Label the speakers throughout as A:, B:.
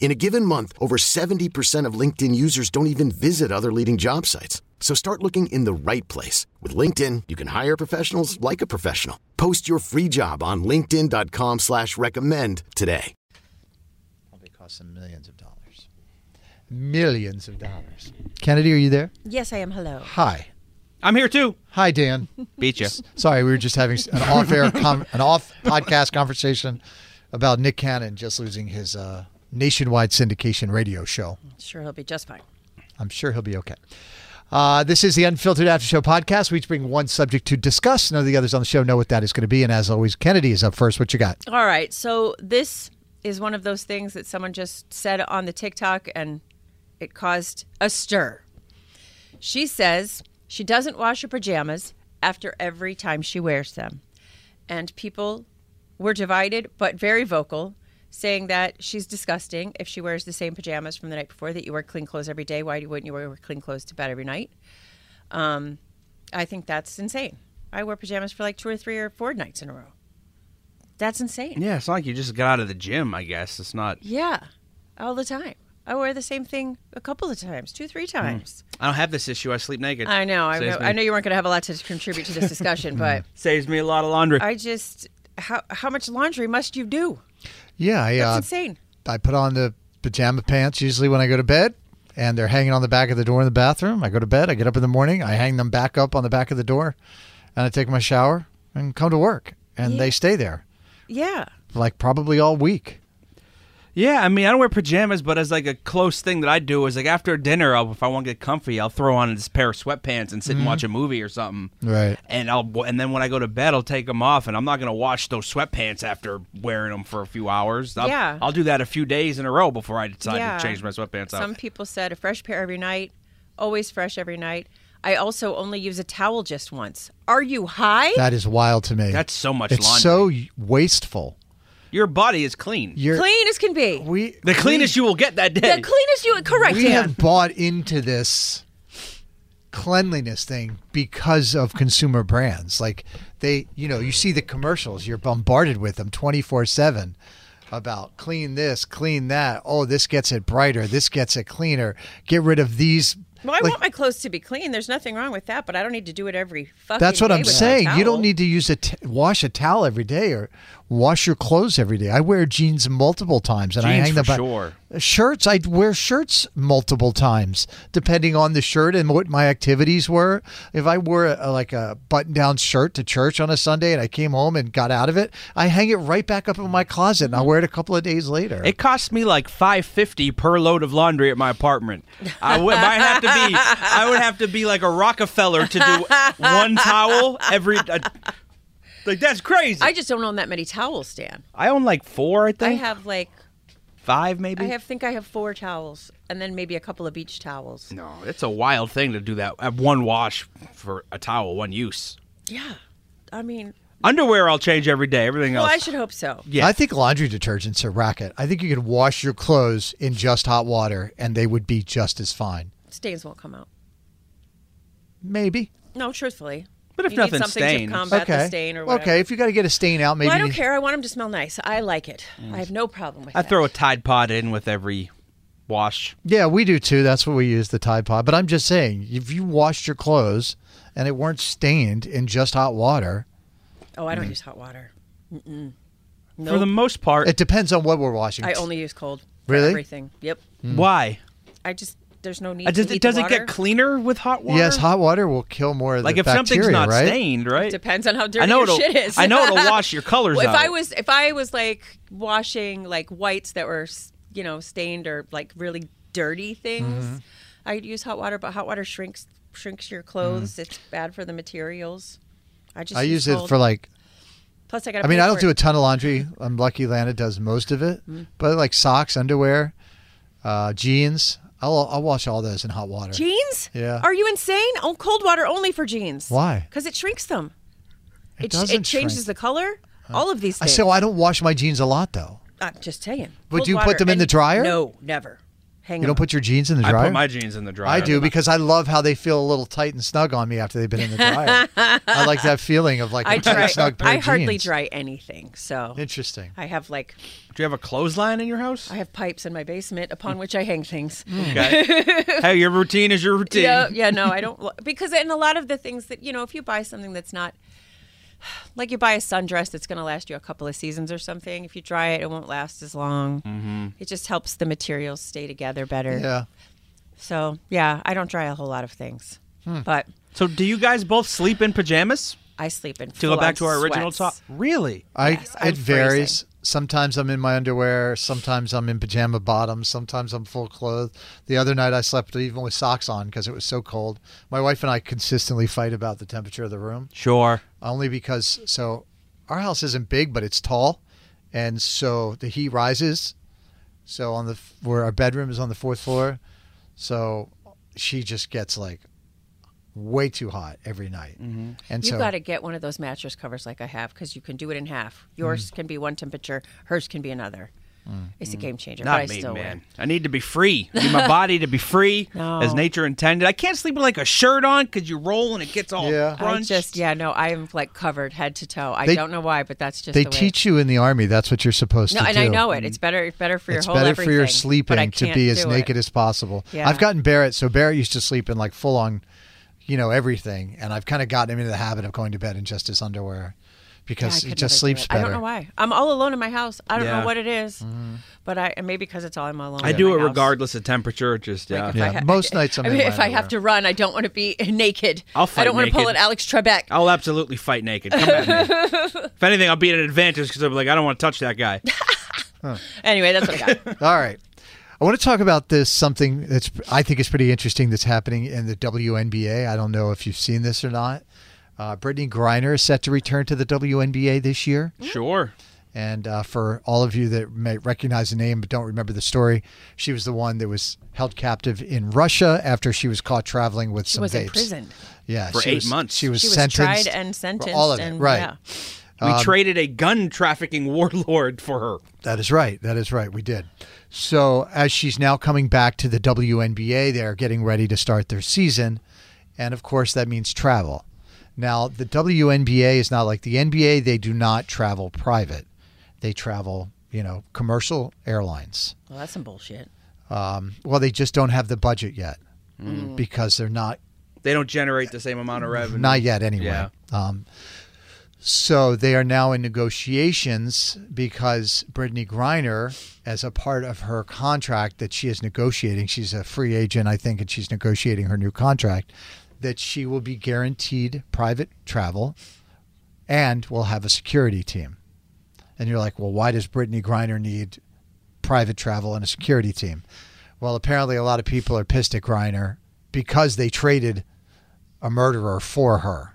A: In a given month, over 70% of LinkedIn users don't even visit other leading job sites. So start looking in the right place. With LinkedIn, you can hire professionals like a professional. Post your free job on linkedin.com slash recommend today.
B: Probably cost them millions of dollars.
C: millions of dollars. Kennedy, are you there?
D: Yes, I am. Hello.
C: Hi.
E: I'm here too.
C: Hi, Dan.
E: Beat you.
C: Sorry, we were just having an off-air, con- an off-podcast conversation about Nick Cannon just losing his uh, nationwide syndication radio show.
D: Sure, he'll be just fine.
C: I'm sure he'll be okay. Uh, this is the Unfiltered After Show podcast. We each bring one subject to discuss. None of the others on the show know what that is going to be. And as always, Kennedy is up first. What you got?
D: All right. So this is one of those things that someone just said on the TikTok and it caused a stir. She says she doesn't wash her pajamas after every time she wears them. And people were divided but very vocal saying that she's disgusting if she wears the same pajamas from the night before that you wear clean clothes every day. Why wouldn't you wear clean clothes to bed every night? Um, I think that's insane. I wear pajamas for like two or three or four nights in a row. That's insane.
E: Yeah, it's not like you just got out of the gym, I guess. It's not.
D: Yeah, all the time. I wear the same thing a couple of times, two, three times.
E: I don't have this issue. I sleep naked.
D: I know. I
E: Saves
D: know,
E: me,
D: I know you weren't going to have a lot to contribute to this discussion, but
E: Saves me a lot of laundry.
D: I just how how much laundry must you do?
C: Yeah, I,
D: That's
C: uh,
D: insane.
C: I put on the pajama pants usually when I go to bed, and they're hanging on the back of the door in the bathroom. I go to bed, I get up in the morning, I hang them back up on the back of the door, and I take my shower and come to work, and they stay there
D: Yeah.
C: like probably all week.
E: yeah, I mean, I don't wear pajamas, but as like a close thing that I do is like after dinner, I'll, if I want to get comfy, I'll throw on this pair of sweatpants and sit and watch a movie or something.
C: Right.
E: And I'll and then when I go to bed, I'll take them off, and I'm not gonna wash those sweatpants after wearing them for a few hours. I'll,
D: Yeah.
E: I'll do that a few days in a row before I decide
D: Yeah.
E: to change my sweatpants
D: Some
E: out.
D: people said a fresh pair every night, always fresh every night. I also only use a towel just once. Are you high?
C: That is wild to me.
E: That's so much
C: It's
E: laundry.
C: so wasteful.
E: Your body is clean.
C: You're
D: Clean as can be.
C: we
E: the cleanest you will get that day.
D: the cleanest you correct,
C: we
D: Dan.
C: have bought into this cleanliness thing because of consumer brands like they you know you see the commercials you're bombarded with them 24/7 about clean this clean that oh this gets it brighter this gets it cleaner get rid of these
D: Well, I
C: like,
D: want my clothes to be clean. There's nothing wrong with that, but I don't need to do it every fucking.
C: that's what
D: day
C: I'm
D: with a
C: saying. You
D: towel.
C: don't need to use a t- wash a towel every day or wash your clothes every day. I wear jeans multiple times and I
E: Jeans
C: hang them
E: for
C: by-
E: sure.
C: Shirts, I wear shirts multiple times depending on the shirt and what my activities were. If I wore a, like a button-down shirt to church on a Sunday and I came home and got out of it, I hang it right back up in my closet and I wear it a couple of days later.
E: It costs me like five fifty per load of laundry at my apartment. I would might have to be I would have to be like a Rockefeller to do one towel every. Uh, like that's crazy.
D: I
E: I,
D: just don't own that many towels, Dan.
E: own like four, I
D: I
E: think.
D: have like
E: five, maybe.
D: I have think I have four towels, and then maybe a couple of beach towels.
E: no, it's a wild thing to do that at one wash for a towel, one use.
D: Yeah, I mean,
E: Underwear I'll change every day. Everything
D: well,
E: else.
D: I should hope so.
E: Yeah.
C: I think laundry detergent's a racket. I think you could wash your clothes in just hot water and they would be just as fine.
D: Stains won't come out.
C: Maybe.
D: No, truthfully.
E: But if
D: you
E: nothing
D: need something
E: stains.
D: to combat the stain or whatever.
C: Okay, if you got to get a stain out, maybe.
D: Well, I don't care. I want them to smell nice. I like it. I have no problem with
E: I
D: that.
E: throw a Tide Pod in with every wash.
C: Yeah, we do too. That's what we use the Tide Pod. But I'm just saying, if you washed your clothes and it weren't stained in just hot water,
D: Oh, I don't use hot water.
E: For Mm. the most part,
C: it depends on what we're washing.
D: I only use cold. for
C: Really?
D: Everything. Yep.
E: why?
D: I just there's no need
E: Uh,
D: to
E: Does,
D: heat
E: it,
D: the
E: does it
D: water.
E: get cleaner with hot water?
C: Yes, hot water will kill more of the
E: Like if
C: bacteria,
E: something's not
C: right?
E: stained, right?
D: Depends on how dirty
E: I know
D: your
E: it'll-
D: shit is.
E: I know it'll wash your colors
D: Well, if I
E: out.
D: was if I was like washing like whites that were s- you know stained or like really dirty things,
E: Mm-hmm.
D: I'd use hot water. But hot water shrinks shrinks your clothes.
E: Mm.
D: It's bad for the materials. I just
C: I use it
D: cold.
C: for like.
D: Plus, I got.
C: I mean, I don't do a ton of laundry. I'm lucky Lana does most of it,
D: Mm-hmm.
C: but like socks, underwear, uh, jeans, I'll I'll wash all those in hot water.
D: Jeans?
C: Yeah.
D: Are you insane? Oh, cold water only for jeans.
C: Why?
D: Because it shrinks them.
C: It
D: sh-
C: doesn't
D: it changes
C: shrink. Uh,
D: the color. All of these
C: I
D: things.
C: so I don't wash my jeans a lot though.
D: I'm just saying.
C: Would
D: Cold
C: you put
D: water
C: them in
D: and-
C: the dryer?
D: No, never. Hang
C: You
D: on.
C: don't put your jeans in the
E: I
C: dryer.
E: put my jeans in the dryer.
C: I do because I love how they feel a little tight and snug on me after they've been in the dryer. I like that feeling of like a
D: I
C: tight,
D: dry.
C: snug pair
D: I
C: of
D: hardly
C: jeans.
D: dry anything. So
C: Interesting.
D: I have like
E: Do you have a clothesline in your house?
D: I have pipes in my basement upon which I hang things.
E: Mm. Okay. hey, your routine is your routine.
D: Yeah, yeah, no, I don't because in a lot of the things that you know, if you buy something that's not like you buy a sundress that's going to last you a couple of seasons or something, if you dry it, it won't last as long.
E: Mm-hmm.
D: It just helps the materials stay together better.
C: Yeah.
D: So yeah, I don't dry a whole lot of things,
E: Hmm.
D: but
E: So, do you guys both sleep in pajamas?
D: I sleep in.
E: To go back to
D: full-on
E: our original talk,
D: sweats.
E: really?
C: I
D: Yes, I'm
C: it varies. Sometimes I'm in my underwear. Sometimes I'm in pajama bottoms. Sometimes I'm full clothed. The other night I slept even with socks on because it was so cold. My wife and I consistently fight about the temperature of the room,
E: Sure.
C: only because so our house isn't big, but it's tall, and so the heat rises. So on the f- where our bedroom is on the fourth floor, so she just gets like way too hot every night, and
D: You
C: so
D: got to get one of those mattress covers like I have because you can do it in half.
C: Mm.
D: Yours can be one temperature, hers can be another. It's a game changer. but I
E: Not me,
D: still
E: man.
D: Win.
E: I need to be free. I need my body to be free
D: No.
E: as nature intended. I can't sleep with like a shirt on because you roll and it gets all
C: Yeah. I
D: I
E: crunched.
D: just yeah no I'm like covered head to toe. I
C: They-
D: don't know why, but that's just
C: they
D: the way.
C: teach you in the army that's what you're supposed
D: No,
C: to
D: and
C: do. Mm.
D: I know it. It's better. It's better for your
C: it's
D: whole.
C: better
D: everything,
C: for your
D: but I
C: sleeping to
D: can't
C: be as
D: do
C: naked
D: it.
C: as possible.
D: Yeah.
C: I've gotten Barrett, so Barrett used to sleep in like full on, you know, everything, and I've kind of gotten him into the habit of going to bed in just his underwear
D: Yeah, I
C: because
D: could
C: he
D: never do
C: just sleeps
D: it.
C: better. Mm.
D: I don't know why. I'm all alone in my house. I don't
E: Yeah.
D: know what it is, but I and maybe because it's all I'm all alone.
E: I
D: in
E: do
D: my
E: it
D: house.
E: regardless of temperature. Just yeah.
D: Like, if
C: Yeah,
D: I ha-
C: most nights I'm
D: I
C: in
D: mean,
C: my
D: if I have
C: underwear.
D: to run, I don't want to be naked.
E: I'll
D: I
E: fight
D: don't want to pull
E: naked.
D: an Alex Trebek.
E: I'll absolutely fight naked. Come at me. if anything, I'll be at an advantage because I'm like, I don't want to touch that guy.
D: Anyway, that's what I got.
C: All right. I want to talk about this something that's I think is pretty interesting that's happening in the WNBA. I don't know if you've seen this or not. Uh, Brittany Griner is set to return to the WNBA this year.
E: Sure.
C: And uh, for all of you that may recognize the name but don't remember the story, she was the one that was held captive in Russia after she was caught traveling with
D: She
C: some
D: was
C: vapes.
D: imprisoned.
C: Yeah,
E: For
C: she
E: eight
C: was-
E: months.
C: She was
D: She was
C: sentenced
D: tried and sentenced.
C: for all of it.
D: and,
C: right.
D: Yeah.
E: We
C: Um,
E: traded a gun trafficking warlord for her.
C: That is right. That is right. We did. So as she's now coming back to the WNBA, they are getting ready to start their season, and of course that means travel. Now the WNBA is not like the NBA; they do not travel private. They travel, you know, commercial airlines.
D: Well, that's some bullshit.
C: Um, well, they just don't have the budget yet because they're not
E: They don't generate the same amount of revenue.
C: not yet anyway.
E: Yeah.
C: Um, so they are now in negotiations because Brittany Griner, as a part of her contract that she is negotiating, she's a free agent, I think, and she's negotiating her new contract, that she will be guaranteed private travel and will have a security team. And you're like, well, why does Brittany Griner need private travel and a security team? Well, apparently a lot of people are pissed at Griner because they traded a murderer for her.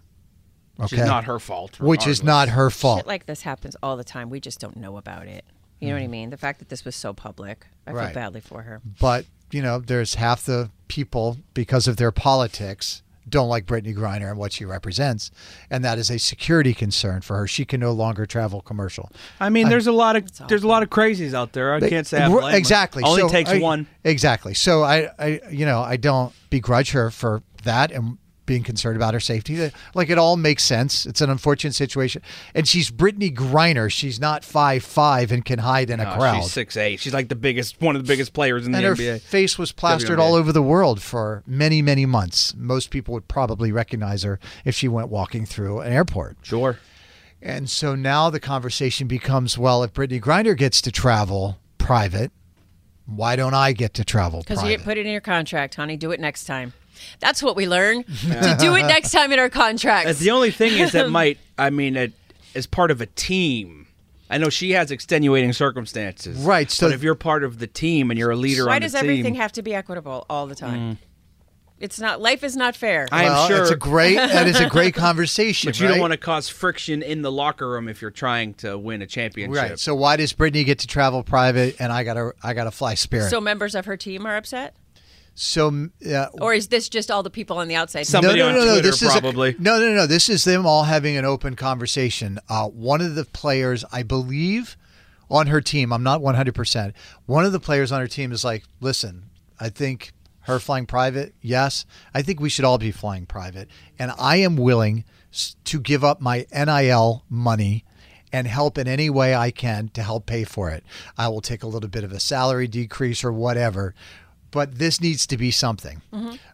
E: Which is not her fault.
C: Which is not her fault.
D: Shit like this happens all the time. We just don't know about it. You know what I mean? The fact that this was so public, I
C: Right.
D: feel badly for her.
C: but, you know, there's half the people, because of their politics, don't like Brittany Griner and what she represents. And that is a security concern for her. She can no longer travel commercial.
E: I mean, there's a lot of there's a lot of crazies out there. I can't say I
C: We're-
E: blame 'em.
C: exactly.
E: Only
C: So
E: takes
C: I-
E: one.
C: Exactly. So I, I, you know, I don't begrudge her for that and being concerned about her safety. Like it all makes sense. It's an unfortunate situation, and she's Brittany Griner. She's not five five and can hide in a
E: No,
C: crowd.
E: Oh, She's six eight. She's like the biggest, one of the biggest players in
C: and
E: the
C: her
E: NBA.
C: face was plastered
E: WNBA.
C: all over the world for many, many months. Most people would probably recognize her if she went walking through an airport.
E: Sure.
C: And so now the conversation becomes well, if Brittany Grinder gets to travel private, Why don't I get to travel?
D: Because you didn't
C: private?
D: put it in your contract, honey. Do it next time. That's what we learn to do it next time in our contracts.
E: That's the only thing is that might, I mean, it, as part of a team. I know she has extenuating circumstances.
C: Right, so-
E: but if you're part of the team and you're a leader
D: Why
E: on the
D: does
E: team, Mm.
D: everything have to be equitable all the time? It's not. Life is not fair.
E: I am
C: Well,
E: sure
C: it's a great that is a great conversation.
E: But you don't
C: right?
E: want to cause friction in the locker room if you're trying to win a championship.
C: Right. So why does Brittany get to travel private and I gotta I gotta fly Spirit?
D: so
C: So,
D: members of her team are upset,
C: uh,
D: or is this just all the people on the outside?
E: Some- somebody on Twitter, probably.
C: Is a, no, no, no. This is them all having an open conversation. Uh, one of the players, I believe, on her team, I'm not 100%. One of the players on her team is like, listen, I think her flying private, yes. I think we should all be flying private. And I am willing s- to give up my NIL money and help in any way I can to help pay for it. I will take a little bit of a salary decrease or whatever. But this needs to be something.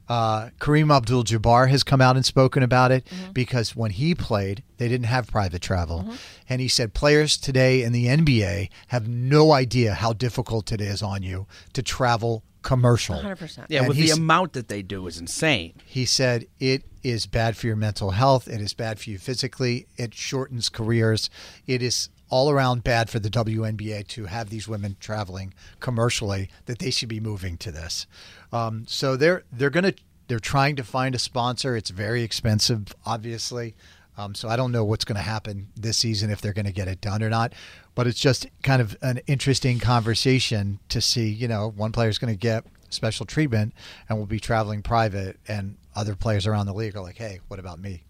C: Uh, Kareem Abdul Jabbar has come out and spoken about it because when he played, they didn't have private travel. And he said, players today in the NBA have no idea how difficult it is on you to travel commercial.
D: 100%.
E: yeah,
C: And
E: with the
C: he's-
E: amount that they do is insane.
C: he said it is bad for your mental health it is bad for you physically it shortens careers it is all around bad for the WNBA to have these women traveling commercially that they should be moving to this um, so they're they're gonna they're trying to find a sponsor it's very expensive obviously um, so I don't know what's going to happen this season if they're going to get it done or not. But it's just kind of an interesting conversation to see. You know, one player's going to get special treatment and will be traveling private, and other players around the league are like, "Hey, what about me?"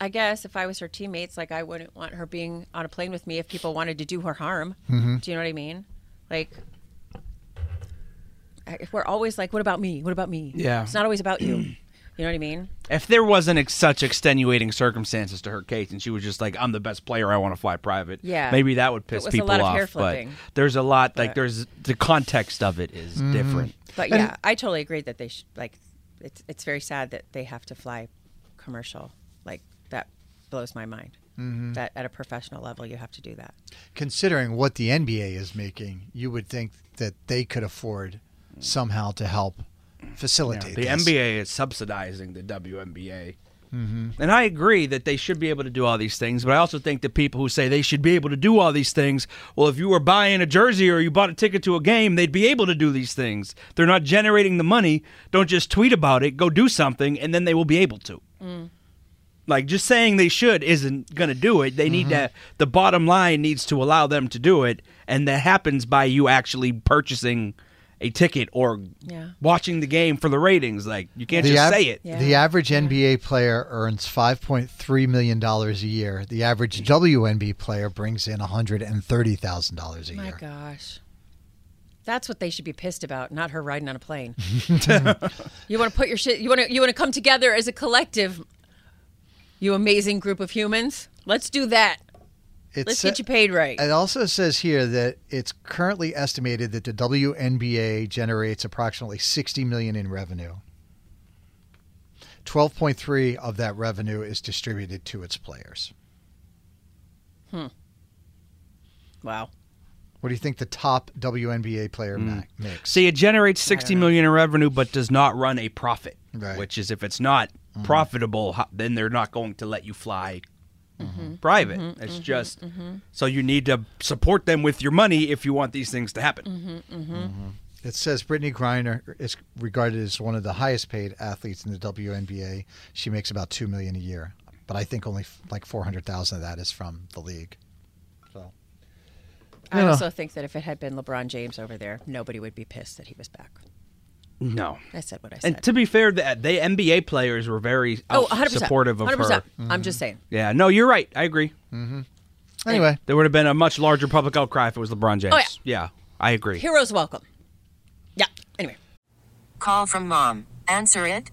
D: I guess if I was her teammates, like I wouldn't want her being on a plane with me if people wanted to do her harm. Do you know what I mean? Like, I- if we're always like, "What about me? What about me?"
E: Yeah.
D: it's not always about you. you know what I mean?
E: If there wasn't ex- such extenuating circumstances to her case, and she was just like, "I'm the best player, I want to fly private,"
D: Yeah.
E: maybe that would piss
D: was a
E: people
D: lot of
E: off.
D: hair
E: but
D: flipping.
E: there's a lot like there's the context of it is
C: Mm-hmm.
E: different.
D: But yeah, I totally agree that they should. Like, it's it's very sad that they have to fly commercial. Like that blows my mind. That at a professional level, you have to do that.
C: Considering what the NBA is making, you would think that they could afford somehow to help facilitate
E: The
C: this.
E: NBA is subsidizing the WNBA. And I agree that they should be able to do all these things, but I also think that people who say they should be able to do all these things, well, if you were buying a jersey or you bought a ticket to a game, they'd be able to do these things. They're not generating the money. Don't just tweet about it. Go do something, and then they will be able to. Like just saying they should isn't going to do it. They need
C: Mm-hmm.
E: to. The bottom line needs to allow them to do it, and that happens by you actually purchasing a ticket or
D: Yeah.
E: watching the game for the ratings. Like you can't
C: The
E: just
C: av-
E: say it.
D: Yeah.
C: The average NBA player earns five point three million dollars a year. The average WNBA player brings in one hundred and thirty thousand dollars a
D: My
C: year.
D: gosh. That's what they should be pissed about, not her riding on a plane. you want to put your shit you want to you want to come together as a collective. You amazing group of humans. Let's do that.
C: It's,
D: Let's get you paid right.
C: It also says here that it's currently estimated that the WNBA generates approximately sixty million in revenue. Twelve point three of that revenue is distributed to its players.
D: wow.
C: What do you think the top WNBA
E: Hmm.
C: player ma- makes?
E: See, it generates sixty million in revenue, but does not run a profit.
C: Right. Mm-hmm.
E: Which is if it's not profitable, ho- then they're not going to let you fly
D: Mm-hmm.
E: private. it's just so you need to support them with your money if you want these things to happen.
C: It says Brittany Griner is regarded as one of the highest paid athletes in the WNBA. She makes about two million a year, but I think only f- like four hundred thousand of that is from the league. So
D: I also think that if it had been LeBron James over there, nobody would be pissed that he was back. Mm-hmm.
E: No.
D: I said what I said.
E: And to be fair, the, the NBA players were very
D: oh,
E: out-
D: 100%.
E: supportive of
D: 100%.
E: her. Mm.
D: I'm just saying.
E: Yeah, no, you're right. I agree.
C: anyway,
E: There would have been a much larger public outcry if it was LeBron James.
D: Oh, yeah.
E: yeah I agree.
D: Heroes welcome. Yeah. Anyway.
F: Call from mom. Answer it.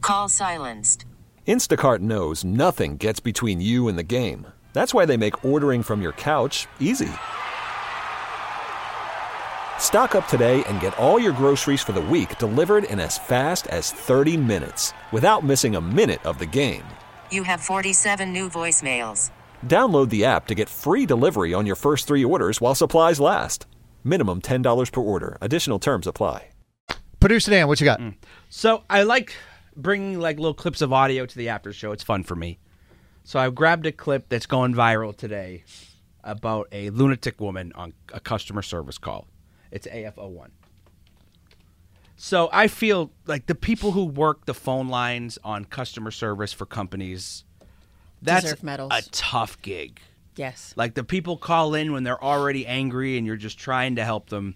F: Call silenced.
G: Instacart knows nothing gets between you and the game. That's why they make ordering from your couch easy. Stock up today and get all your groceries for the week delivered in as fast as 30 minutes without missing a minute of the game.
F: You have 47 new voicemails.
G: Download the app to get free delivery on your first three orders while supplies last. Minimum $10 per order. Additional terms apply.
C: Producer Dan, what you got?
E: Mm, So I like bringing like little clips of audio to the after show. It's fun for me. So I grabbed a clip that's going viral today about a lunatic woman on a customer service call. It's AF01. So I feel like the people who work the phone lines on customer service for companies that's
D: Deserve medals.
E: a tough gig.
D: Yes.
E: Like the people call in when they're already angry and you're just trying to help them.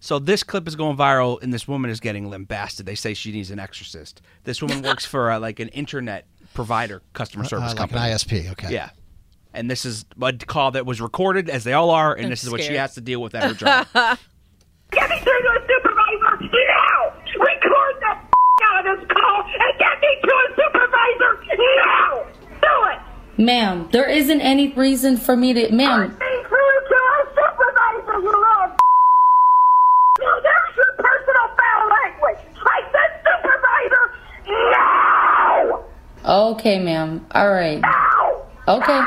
E: So this clip is going viral and this woman is getting lambasted. They say she needs an exorcist. This woman works for uh, like an internet provider customer
C: Uh, like
E: service
C: an
E: company.
C: ISP. Okay.
E: Yeah. And this is a call that was recorded as they all are and
D: I'm
E: this is what she
D: scared.
E: has to deal with at her job.
H: Get me through to a supervisor now! Record the f- out of this call and get me to a supervisor now! Do it!
I: Ma'am, there isn't any reason for me to.
H: Get me
I: Ma'am,
H: through to a supervisor, you little f- Now there's your personal foul language! I said supervisor now!
I: okay, ma'am. All right.
H: Now!
I: Okay.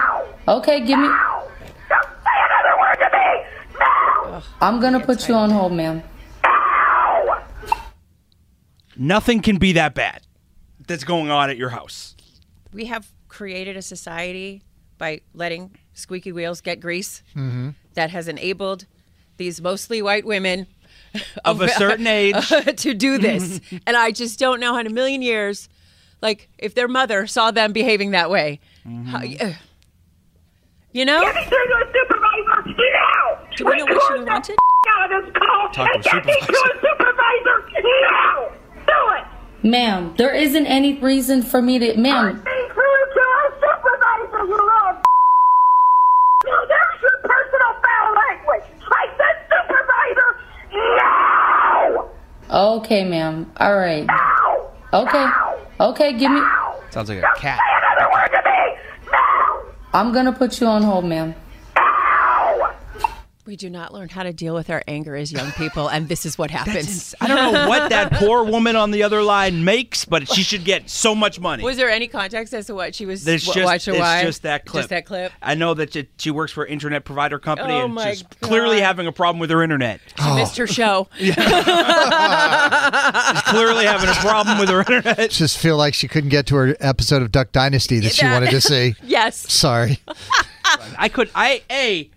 I: Okay, give me.
H: Now! Don't say another word to me!
D: Uh.
H: Now!
I: I'm gonna put you on hold, ma'am.
H: Now!
E: Nothing can be that bad that's going on at your house.
D: we have created a society by letting squeaky wheels get grease
E: Mm-hmm.
D: that has enabled these mostly white women
E: Of a certain age.
D: to do this. and I just don't know how in a million years, like, if their mother saw them behaving that way,
E: Mm-hmm.
D: how- uh, you know?
H: Get me through to a supervisor now!
D: Do we know what she
H: Record the
D: wanted?
H: f- out of this call
E: Talk to
H: and
E: a
H: get me to a supervisor now! Do it!
I: Ma'am, there isn't any reason for me to. Ma'am, okay, ma'am. All right. Okay. Okay, give me.
E: Sounds like a cat.
I: I'm gonna put you on hold, ma'am.
D: We do not learn how to deal with our anger as young people, and this is what happens.
E: I don't know what that poor woman on the other line makes, but she should get so much money.
D: Was there any context as to what she was
E: There's
D: wh-
E: just,
D: watch or
E: it's
D: why?
E: just that clip.
D: Just that clip.
E: I know that she, she works for an internet provider company
D: Oh
E: and
D: my
E: she's clearly
D: God.
E: having a problem with her internet.
D: She missed her show.
E: She's clearly having a problem with her internet.
C: Just feel like she couldn't get to her episode of Duck Dynasty that she
D: That-
C: wanted to see.
D: Yes.
C: Sorry.
E: I could, I, A,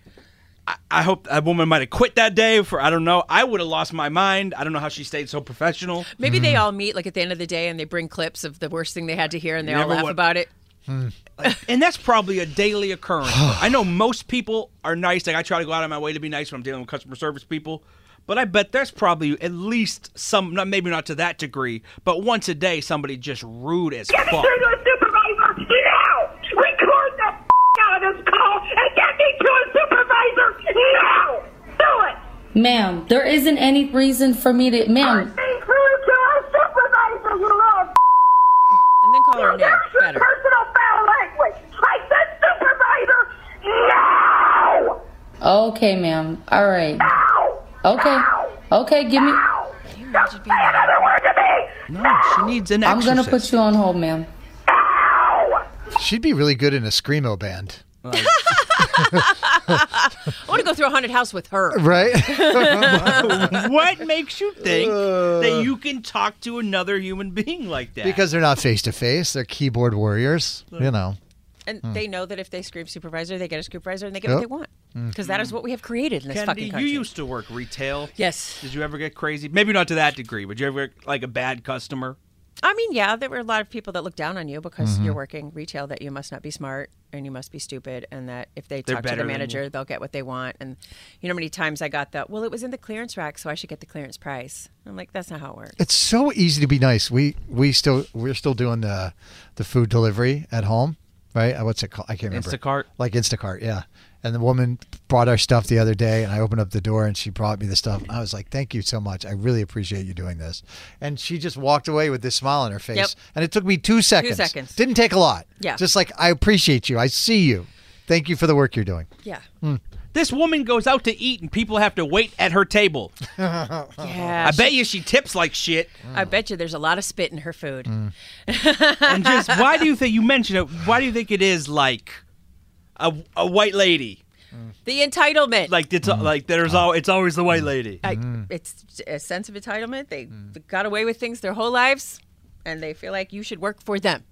E: I, I hope that woman might have quit that day for, I don't know. I would have lost my mind. I don't know how she stayed so professional.
D: Maybe they all meet like at the end of the day and they bring clips of the worst thing they had to hear and they all
E: Never
D: laugh
E: would-
D: about it.
E: And that's probably a daily occurrence. I know most people are nice. Like I try to go out of my way to be nice when I'm dealing with customer service people. But I bet there's probably at least some, not maybe not to that degree, but once a day somebody just rude as fuck.
I: Ma'am, there isn't any reason for me to. Ma'am,
D: And then call her a name. Better.
I: okay, ma'am. All right. Okay. Okay, give me.
E: No, she needs an
I: I'm
E: exorcist.
I: gonna put you on hold, ma'am.
C: She'd be really good in a screamo band,
D: I want to go through a haunted house with her.
E: Mm.
C: right?
E: what makes you think that you can talk to another human being like that?
C: because they're not face to face; they're keyboard warriors. You know.
D: And they know that if they scream supervisor, they get a supervisor and they get what
C: Yep.
D: they want.
E: Mm.
D: Because is what we have created in this
E: Candy,
D: fucking
E: you
D: country.
E: used to work retail.
D: yes.
E: Did you ever get crazy? Maybe not to that degree, but you ever get like a bad customer?
D: I mean, yeah, there were a lot of people that looked down on you because
E: Mm-hmm.
D: you're working retail that you must not be smart and you must be stupid and that if they
E: They're
D: talk to
E: better
D: the
E: than
D: manager, they'll get what they want. And you know how many times I got that, well, it was in the clearance rack, so I should get the clearance price. I'm like, that's not how it works.
C: It's so easy to be nice. We we still we're still doing the the food delivery at home, right? Uh, What's it called? I can't remember.
E: Instacart?
C: Like Instacart, yeah. And the woman brought our stuff the other day, and I opened up the door, and she brought me the stuff. I was like, "Thank you so much. I really appreciate you doing this." And she just walked away with this smile on her face,
D: Yep.
C: and it took me two seconds.
D: seconds.
C: Didn't take a lot.
D: Yeah.
C: Just like I appreciate you. I see you. Thank you for the work you're doing.
D: Yeah.
E: Mm. This woman goes out to eat and people have to wait at her table.
D: Yeah.
E: I bet you she tips like shit.
D: I bet you there's a lot of spit in her food.
E: And just why do you think you mentioned it? Why do you think it is like a, a white lady.
D: The entitlement.
E: Like it's like there's all it's always the white lady.
D: I, It's a sense of entitlement. They got away with things their whole lives, and they feel like you should work for them.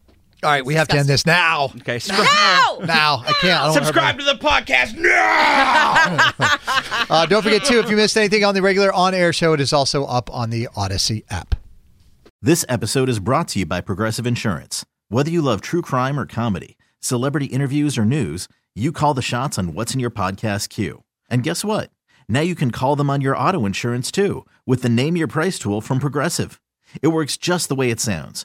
C: All right, we have to end this now.
E: Okay. sp-
D: No.
C: Now I can't. I don't wanna hurt
E: Subscribe to the podcast now.
C: my- Uh, don't forget too, if you missed anything on the regular on-air show, it is also up on the Odyssey app.
J: This episode is brought to you by Progressive Insurance. Whether you love true crime or comedy, celebrity interviews or news, you call the shots on what's in your podcast queue. And guess what? Now you can call them on your auto insurance too with the Name Your Price tool from Progressive. It works just the way it sounds.